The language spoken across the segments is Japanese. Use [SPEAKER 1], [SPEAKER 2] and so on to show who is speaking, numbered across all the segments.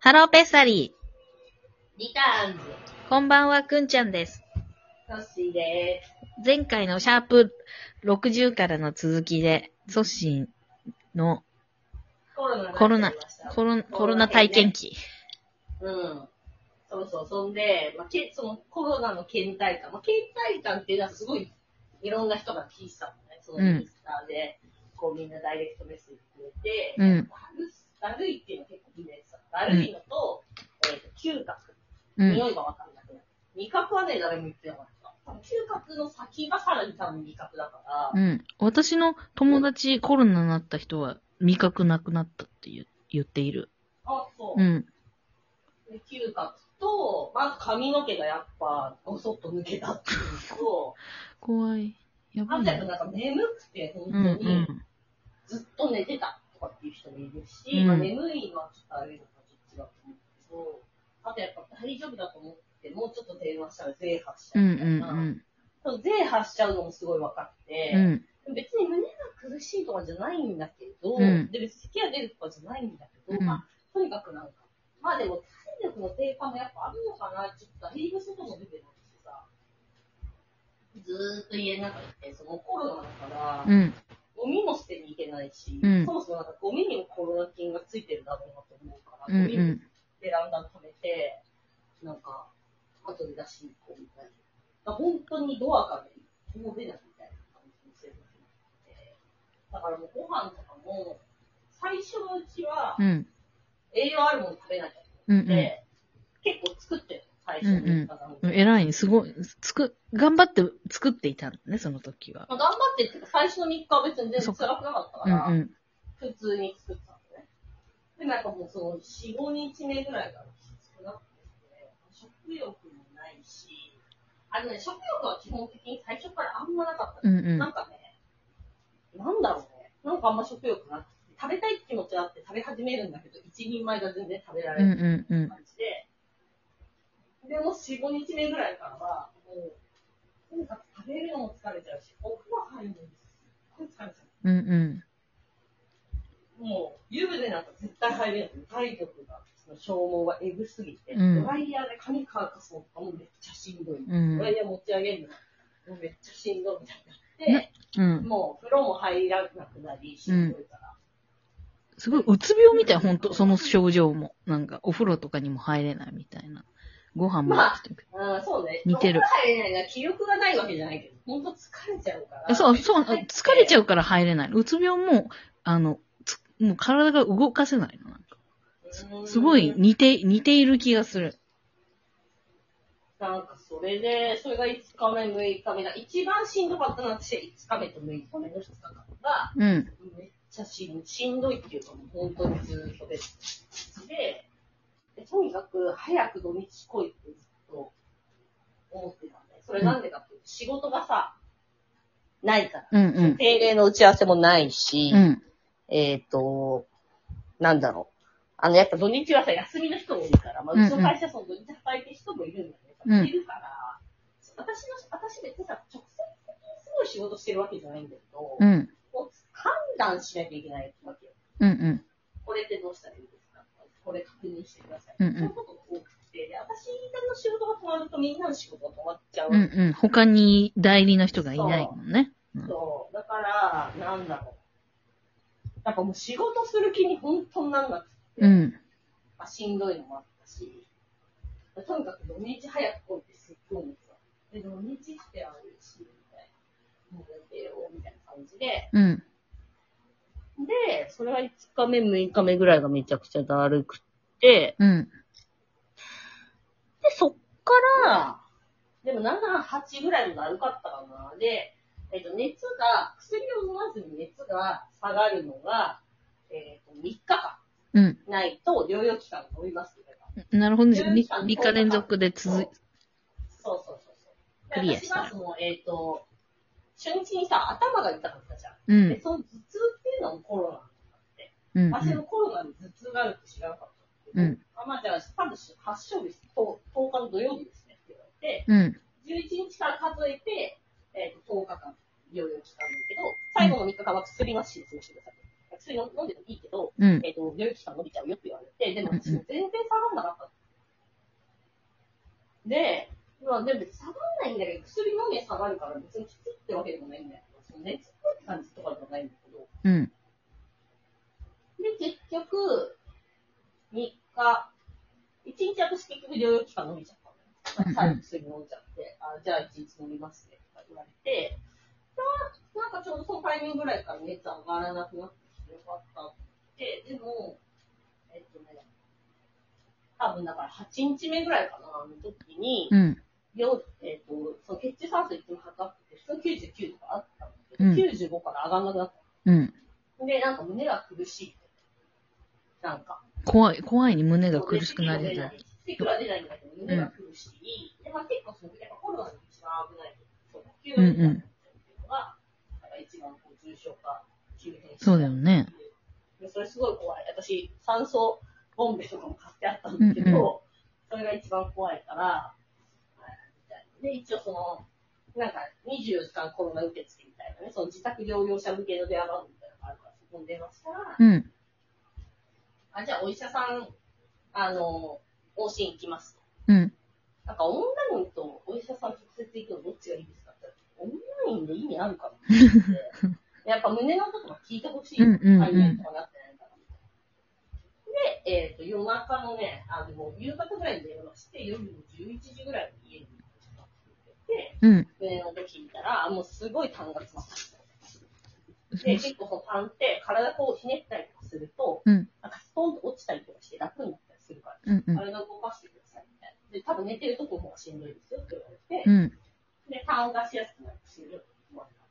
[SPEAKER 1] ハローペッサリ
[SPEAKER 2] リターンズ、
[SPEAKER 1] ー。こんばんは、くんちゃんです。
[SPEAKER 2] トッシーで
[SPEAKER 1] 前回のシャープ60からの続きで、ソッシーの
[SPEAKER 2] す。コロナ
[SPEAKER 1] コロナ
[SPEAKER 2] になっちゃいました
[SPEAKER 1] コロコロナ体験。記。
[SPEAKER 2] うん。そうそう、そんで、まあ、けそのコロナの倦怠感。まあ、倦怠感っていうのはすごい、いろんな人が聞いてたもんね。その
[SPEAKER 1] うん
[SPEAKER 2] インスタで、こうみんなダイレクトメッセージくれて、
[SPEAKER 1] うん
[SPEAKER 2] だるすだるいっていうのは結構みんな言ってた。だるいのと、えっ、と、嗅覚。
[SPEAKER 1] うん。
[SPEAKER 2] 匂いがわかんなくなる。味覚はね、誰も言ってなかった。多分嗅覚の先がさらに多分味覚だから、
[SPEAKER 1] うん。私の友達、コロナになった人は、味覚なくなったって言う言っている。
[SPEAKER 2] あ、そう。
[SPEAKER 1] うん。
[SPEAKER 2] で嗅覚と、まず髪の毛がやっぱ、ごそっと抜けたっていうのと、
[SPEAKER 1] 怖い。やば
[SPEAKER 2] あ
[SPEAKER 1] い
[SPEAKER 2] ん
[SPEAKER 1] な
[SPEAKER 2] た。なんか眠くて、本
[SPEAKER 1] うんう
[SPEAKER 2] 当に、
[SPEAKER 1] ん。
[SPEAKER 2] ずっと寝てたとかっていう人もいるし、
[SPEAKER 1] うん
[SPEAKER 2] まあ、眠いのはちょっとあれのかちょっと違うと思うけど、あとやっぱ大丈夫だと思って、もうちょっと電話したら全破しち
[SPEAKER 1] う
[SPEAKER 2] ゃうんみたいな。
[SPEAKER 1] うん
[SPEAKER 2] その全破しちゃうのもすごい分かって、
[SPEAKER 1] うん。うん。
[SPEAKER 2] 別に胸が苦しいとかじゃないんだけど、
[SPEAKER 1] うん
[SPEAKER 2] で別に咳が出るとかじゃないんだけど、
[SPEAKER 1] うん
[SPEAKER 2] まあ、とにかくなんか、まあでも体力の低下もやっぱあるのかな、ちょっとヘリブ外も出てるしさ、ずーっと家の中にいて、そのコロナだから、
[SPEAKER 1] うん。
[SPEAKER 2] ゴミも捨てに行けないし、
[SPEAKER 1] うん
[SPEAKER 2] そもそもなんかゴミにもコロナ菌がついてるだろうなと思うから、
[SPEAKER 1] うん
[SPEAKER 2] ゴミ
[SPEAKER 1] うん
[SPEAKER 2] も。ベランダに溜めて、なんか、後で出しに行こうみたいな。だから本当にドアから一歩も出ないみたいな感じの生活になって、だからもうご飯とかも、最初のうちは
[SPEAKER 1] うん。
[SPEAKER 2] 栄養あるもの食べなきゃと
[SPEAKER 1] う
[SPEAKER 2] 思
[SPEAKER 1] ん
[SPEAKER 2] って、結構作ってる最初の一家なん
[SPEAKER 1] うん。
[SPEAKER 2] で。
[SPEAKER 1] 偉いね。すごい。つく、頑張って作っていたんだね、その時は。
[SPEAKER 2] まあ、頑張ってっていうか、最初の3日は別に全然辛くなかったか
[SPEAKER 1] うん
[SPEAKER 2] ら、
[SPEAKER 1] うん。
[SPEAKER 2] 普通に作ったんだね。で、なんかもうその4、5日目ぐらいからきつくなってきて、食欲もないし、あのね、食欲は基本的に最初からあんまなかった
[SPEAKER 1] う
[SPEAKER 2] の。
[SPEAKER 1] んうん
[SPEAKER 2] なんかね、なんだろうね、なんかあんま食欲なくて、食べたいって気持ちがあって食べ始めるんだけど、一人前が全然食べられ
[SPEAKER 1] うん
[SPEAKER 2] ない
[SPEAKER 1] うんうん。
[SPEAKER 2] 感じで、でも4、5日目ぐらいからは、もう、とにかく食べるのも疲れちゃうし、お風呂入るのもすっごい疲れちゃう。
[SPEAKER 1] うんうん。
[SPEAKER 2] もう、湯船なんか絶対入れない。体力が、その消耗がエグすぎて、
[SPEAKER 1] うん
[SPEAKER 2] ドライヤーで髪乾かすのとかもめっちゃしんどい。
[SPEAKER 1] うん
[SPEAKER 2] ドライヤー持ち上げるのもめっちゃしんどいみたいになって、
[SPEAKER 1] うん。
[SPEAKER 2] もう風呂も入らなくなり、しんどいから。
[SPEAKER 1] すごい、うつ病みたい、ほんと。その症状も。なんか、お風呂とかにも入れないみたいな。ご飯もなくて。
[SPEAKER 2] うん、そうね。
[SPEAKER 1] 似てる
[SPEAKER 2] お風呂入れないのは気力がないわけじゃないけど、ほんと疲れちゃうから。
[SPEAKER 1] そう、そう、疲れちゃう
[SPEAKER 2] う。
[SPEAKER 1] から入れない。うつ病も、あの、つもう体が動かせないの。なんかすごい似て、似ている気がする。
[SPEAKER 2] なんかそれで、それが5日目、6日目だ。一番しんどかったのは私は5日目と6日目の2日間が、
[SPEAKER 1] うん。
[SPEAKER 2] めっちゃしんしんどいっていうか、もう本当にずっとで。で、でとにかく早く土日来いってずっと思ってたんで、それなんでかっていうと、仕事がさ、ないから。
[SPEAKER 1] うんうん。
[SPEAKER 2] 定例の打ち合わせもないし、
[SPEAKER 1] うん。
[SPEAKER 2] えっ、と、なんだろう。あの、やっぱ土日はさ、休みの人も多いから、まあ、
[SPEAKER 1] うんうん
[SPEAKER 2] うちの会社はその土日働いてる人もいるんだけど、
[SPEAKER 1] うん
[SPEAKER 2] いるから、私の、私別にさ、直接的にすごい仕事してるわけじゃないんだけど、
[SPEAKER 1] うん。
[SPEAKER 2] こう判断しなきゃいけないわけよ。
[SPEAKER 1] うんうん。
[SPEAKER 2] これってどうしたらいいですかこれ確認してください。
[SPEAKER 1] うんうん
[SPEAKER 2] そういうことが多くて、で私の仕事が止まるとみんなの仕事が止まっちゃう。
[SPEAKER 1] うんうん。他に代理の人がいないもんね。
[SPEAKER 2] そう。だから、なんだろう。なんかもう仕事する気に本当になんなくて、
[SPEAKER 1] うん。
[SPEAKER 2] まあ、しんどいのもあったし、とにかく土日早く来いってすっごい思ってた。で、土日ってあるし、みたいな。もう寝てよ、みたいな感じで、
[SPEAKER 1] うん。
[SPEAKER 2] で、それは5日目、6日目ぐらいがめちゃくちゃだるくって、
[SPEAKER 1] うん。
[SPEAKER 2] で、そっから、でも7、8ぐらいもだるかったかな。で、えっ、と、熱が、薬を飲まずに熱が下がるのが、えっ、と、3日間
[SPEAKER 1] うん。
[SPEAKER 2] ないと療養期間が伸びますみたいな。
[SPEAKER 1] なるほどです。3日連続で続い、
[SPEAKER 2] そうそうそうそう。
[SPEAKER 1] クリアした
[SPEAKER 2] で私はその、えっ、と、初日にさ、頭が痛かったじゃん。
[SPEAKER 1] う
[SPEAKER 2] で、
[SPEAKER 1] ん。
[SPEAKER 2] その頭痛っていうのもコロナ
[SPEAKER 1] うん。
[SPEAKER 2] 私のコロナに頭痛があるって知らなかったけど。
[SPEAKER 1] うん
[SPEAKER 2] あまあ、じゃあ、多分発症日です。と10日の土曜日ですねって言われて、
[SPEAKER 1] うん。
[SPEAKER 2] 11日から数えて、えっと10日間、療養期間なんだけど、最後の3日間は薬なしに過ごしてください。薬飲んでもいいけど、
[SPEAKER 1] うん。
[SPEAKER 2] えっ、と、病気期間伸びちゃうよって言われて、でも
[SPEAKER 1] うんうん
[SPEAKER 2] 私も全然下がんなかった。で、まあでも別に下がんないんだけど、薬飲みは下がるから別にきついってわけでもないんだけど、その熱っぽい感じとかでもないんだけど、
[SPEAKER 1] うん。
[SPEAKER 2] で、結局、3日、1日私結局療養期間飲みちゃったの
[SPEAKER 1] うんう
[SPEAKER 2] よ。
[SPEAKER 1] ん
[SPEAKER 2] 最後薬飲んじゃ って、あじゃあ1日飲みますね、とか言われて、まあ、なんかちょうどそのタイミングぐらいから熱上がらなくなってきてよかったって、でも、えっとね、多分だから8日目ぐらいかな、あの時に、
[SPEAKER 1] うん。
[SPEAKER 2] よえっと、その血中酸素いつも測って、普通99とかあったんだけど、
[SPEAKER 1] うん
[SPEAKER 2] 95から上がらなくなった。
[SPEAKER 1] うん。
[SPEAKER 2] で、なんか胸が苦しい。なんか。
[SPEAKER 1] 怖い、怖いに胸が苦しくなるよね。。
[SPEAKER 2] いくら出ないんだけど、胸が苦しい。で、まあ結構その、やっぱコロナの一番危ない。そう、急になっちゃうっていうのが、なんか一番こう重症化、急変して
[SPEAKER 1] そうだよね。
[SPEAKER 2] でそれすごい怖い。私、酸素ボンベとかも買ってあったんだけ
[SPEAKER 1] う
[SPEAKER 2] ど、
[SPEAKER 1] んう
[SPEAKER 2] それが一番怖いから、はいみたいなで、一応その、なんか24時間コロナ受付みたいなね、その自宅療養者向けの電話番号みたいなのがあるから、そこに電話したら、
[SPEAKER 1] うん。
[SPEAKER 2] あ、じゃあお医者さん、あの、往診行きます。
[SPEAKER 1] うん。
[SPEAKER 2] なんかオンラインとお医者さん直接行くのどっちがいいですかって言ったらオンラインで意味あるかなって 思って。やっぱ胸の音とか聞いてほしい。
[SPEAKER 1] うんうんうん
[SPEAKER 2] あいいとかなってないから。で、えっ、と、夜中のね、あの、もう夕方ぐらいに電話して、夜の11時ぐらいに家に行って、
[SPEAKER 1] うん。
[SPEAKER 2] 胸の音聞いたら、もうすごい痰が詰まった。で、結構その痰って体こうひねったりとかすると、
[SPEAKER 1] うん。
[SPEAKER 2] なんかスポンと落ちたりとかして楽になったりするから、
[SPEAKER 1] うん。うん。
[SPEAKER 2] 体を動かしてくださいみたいな。で、多分寝てるとこの方がしんどいですよって言われて、
[SPEAKER 1] うん。
[SPEAKER 2] で、痰を出しやすくなる薬を飲まれた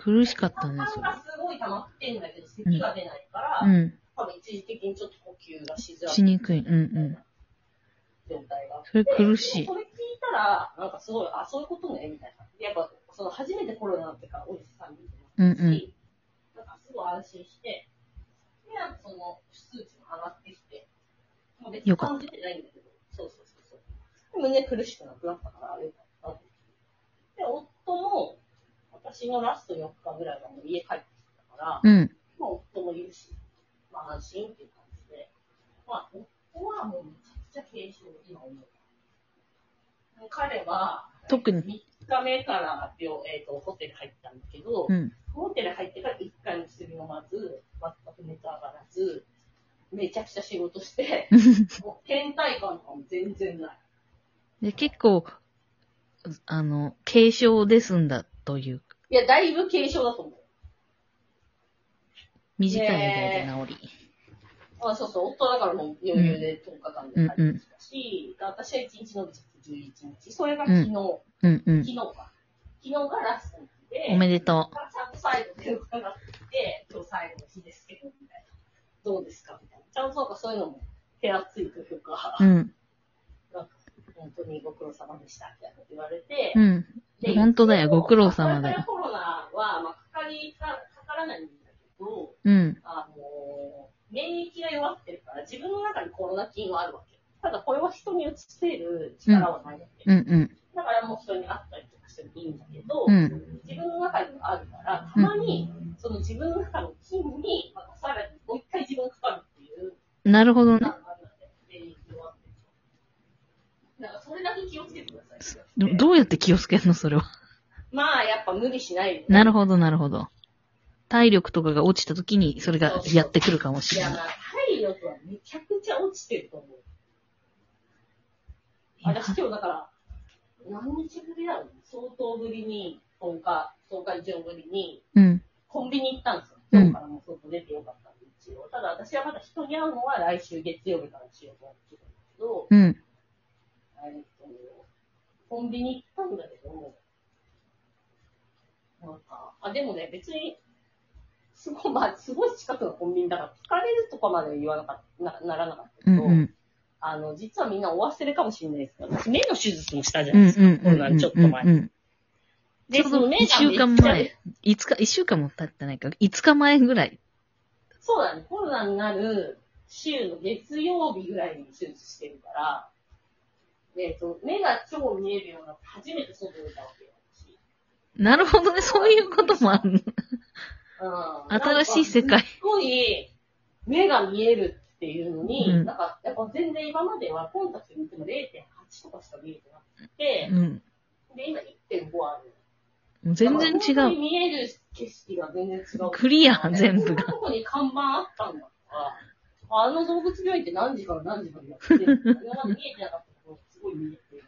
[SPEAKER 1] 苦しかったね、
[SPEAKER 2] 痰
[SPEAKER 1] それ。
[SPEAKER 2] がすごい溜まってんだけど、咳が出ないから、
[SPEAKER 1] うん。
[SPEAKER 2] 多分一時的にちょっと呼吸がしづら
[SPEAKER 1] しにくい。うん。うん。
[SPEAKER 2] 状態があって。
[SPEAKER 1] それ苦しい
[SPEAKER 2] でもそれ聞いたら、なんかすごい、あ、そういうことね、みたいな。でやっぱ、その初めてコロナになってからお医者さんに
[SPEAKER 1] うんう
[SPEAKER 2] 行って
[SPEAKER 1] ん。
[SPEAKER 2] もらったし、なんかすごい安心して、で、なんかその、数値も上がってきて、もう別に
[SPEAKER 1] よかった
[SPEAKER 2] 感じてないんだけど、そうそうそうそう。で胸苦しくなくなったから、あれだったなって。で、夫も、私のラスト4日ぐらいはもう家帰ってきたから、
[SPEAKER 1] うん。
[SPEAKER 2] まあ、夫もいるし、まあ、安心っていう感じで、まあ、夫はもうめちゃくちゃ軽症、今思う。もう彼は、
[SPEAKER 1] 特
[SPEAKER 2] 3
[SPEAKER 1] に。
[SPEAKER 2] 日目から病、えっ、と、ホテル入ったんだけど、
[SPEAKER 1] うん。
[SPEAKER 2] ホテル入ってから1回も薬飲まず、全く熱上がらず、めちゃくちゃ仕事 して、もう倦怠感とかも全然ない。
[SPEAKER 1] で、結構、あの、軽症で済んだという、
[SPEAKER 2] いや、だいぶ軽症だと思う。
[SPEAKER 1] 短いみたいで治り。
[SPEAKER 2] あそうそう、夫はだからもう余裕で10日間で帰ってきたし、私は1日伸びちゃって11日。それが昨日、
[SPEAKER 1] うんうん
[SPEAKER 2] 昨。日か。昨日がラストの日で、
[SPEAKER 1] おめでと
[SPEAKER 2] まあちゃんと最後で伺って、今日最後の日ですけど、みたいな。どうですかみたいな。ちゃんとなんかそういうのも手厚いというか、
[SPEAKER 1] う。うん。
[SPEAKER 2] 本当にご苦労様でした、みたいなこと言われて、
[SPEAKER 1] うん。
[SPEAKER 2] で
[SPEAKER 1] 本当だよご苦労様だよ
[SPEAKER 2] これからコロナは、まあ、かかりか、かからないんだけど、
[SPEAKER 1] うん。
[SPEAKER 2] あのー免疫が弱ってるから、自分の中にコロナ菌はあるわけ。ただこれは人に移せる力はないわけ。
[SPEAKER 1] うんうん。
[SPEAKER 2] だからもう人に会ったりとかしてもいいんだけど、
[SPEAKER 1] うん
[SPEAKER 2] 自分の中にはあるから、たまに、その自分の中の菌に、またさらにもう一回自分がかかるっていう、
[SPEAKER 1] なるほど
[SPEAKER 2] な
[SPEAKER 1] ね
[SPEAKER 2] ん。かあるんだよ免疫弱ってる人。なんかそれだけ気をつけてくださいって
[SPEAKER 1] で
[SPEAKER 2] 言わ
[SPEAKER 1] も
[SPEAKER 2] れて。
[SPEAKER 1] どうやって気をつけるのそれは。
[SPEAKER 2] まあやっぱ無理しないで。
[SPEAKER 1] なるほど、なるほど。体力とかが落ちた時に、それがやってくるかもし
[SPEAKER 2] い
[SPEAKER 1] れ
[SPEAKER 2] や、
[SPEAKER 1] ない。
[SPEAKER 2] まあ、体力はめちゃくちゃ落ちてると思う。私今日だから、何日ぶりだろう相当ぶりに、10日、10日以上ぶりに、
[SPEAKER 1] うん。
[SPEAKER 2] コンビニ行ったんですよ。
[SPEAKER 1] うん
[SPEAKER 2] 今日からもう外出てよかったんで、一応。ただ私はまだ人に会うのは来週月曜日からしようと思ってたんですけど、
[SPEAKER 1] うん。
[SPEAKER 2] えっと、コンビニ行ったんだけど、なんか、あ、でもね、別に、すごい、まあ、すごい近くのコンビニだから、疲れるとかまで言わなかった、なならなかったけ
[SPEAKER 1] うん
[SPEAKER 2] ど、
[SPEAKER 1] うん。
[SPEAKER 2] あの、実はみんなお忘れかもしれないですけど、私目の手術もしたじゃ
[SPEAKER 1] う
[SPEAKER 2] ない
[SPEAKER 1] ん
[SPEAKER 2] ですか、
[SPEAKER 1] うん
[SPEAKER 2] コ
[SPEAKER 1] う
[SPEAKER 2] ロ
[SPEAKER 1] ん
[SPEAKER 2] ナ
[SPEAKER 1] うん
[SPEAKER 2] ちょっと前。
[SPEAKER 1] うん。
[SPEAKER 2] で、
[SPEAKER 1] ちょう
[SPEAKER 2] その
[SPEAKER 1] ど
[SPEAKER 2] 目
[SPEAKER 1] 一
[SPEAKER 2] がめっ
[SPEAKER 1] 週
[SPEAKER 2] ちゃ
[SPEAKER 1] 間前。いつか、一週間も経ってないから、5日前ぐらい。
[SPEAKER 2] そうだね、コロナになる週の月曜日ぐらいに手術してるから、えっ、と、目が超見えるようになって初めて外出たわけよ。私
[SPEAKER 1] なるほどね、そういうこともあるの。
[SPEAKER 2] うん
[SPEAKER 1] 新しい世界。
[SPEAKER 2] すごい、目が見えるっていうのに、
[SPEAKER 1] うん
[SPEAKER 2] なんか、やっぱ全然今まではコンタクト見ても0.8とかしか見えてなくて、
[SPEAKER 1] うん。
[SPEAKER 2] で、今1.5ある。
[SPEAKER 1] もう全然
[SPEAKER 2] だから
[SPEAKER 1] 違
[SPEAKER 2] 本当に
[SPEAKER 1] う。
[SPEAKER 2] 見える景色が全然違う。
[SPEAKER 1] クリア、全部
[SPEAKER 2] こんな
[SPEAKER 1] が。
[SPEAKER 2] とこに看板あったんだとか、あの動物病院って何時から何時までやってるのなんか見えてなかったところ、すごい見えて。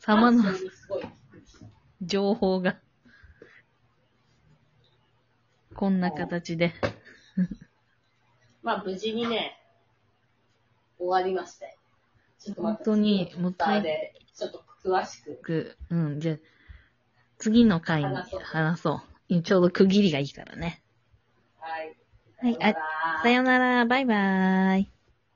[SPEAKER 1] 様の
[SPEAKER 2] あそれにすごいびっくりした
[SPEAKER 1] 情報が。こんな形で。
[SPEAKER 2] まあ、無事にね、終わりましたよ。ちょっとまた
[SPEAKER 1] 本当に
[SPEAKER 2] もったいで、ちょっと詳しく。
[SPEAKER 1] くうん、じゃあ次の回に
[SPEAKER 2] 話そう
[SPEAKER 1] 話そう。ちょうど区切りがいいからね。
[SPEAKER 2] はい。
[SPEAKER 1] はいあ
[SPEAKER 2] さよう
[SPEAKER 1] さよな
[SPEAKER 2] なら
[SPEAKER 1] ら、バイバーイ。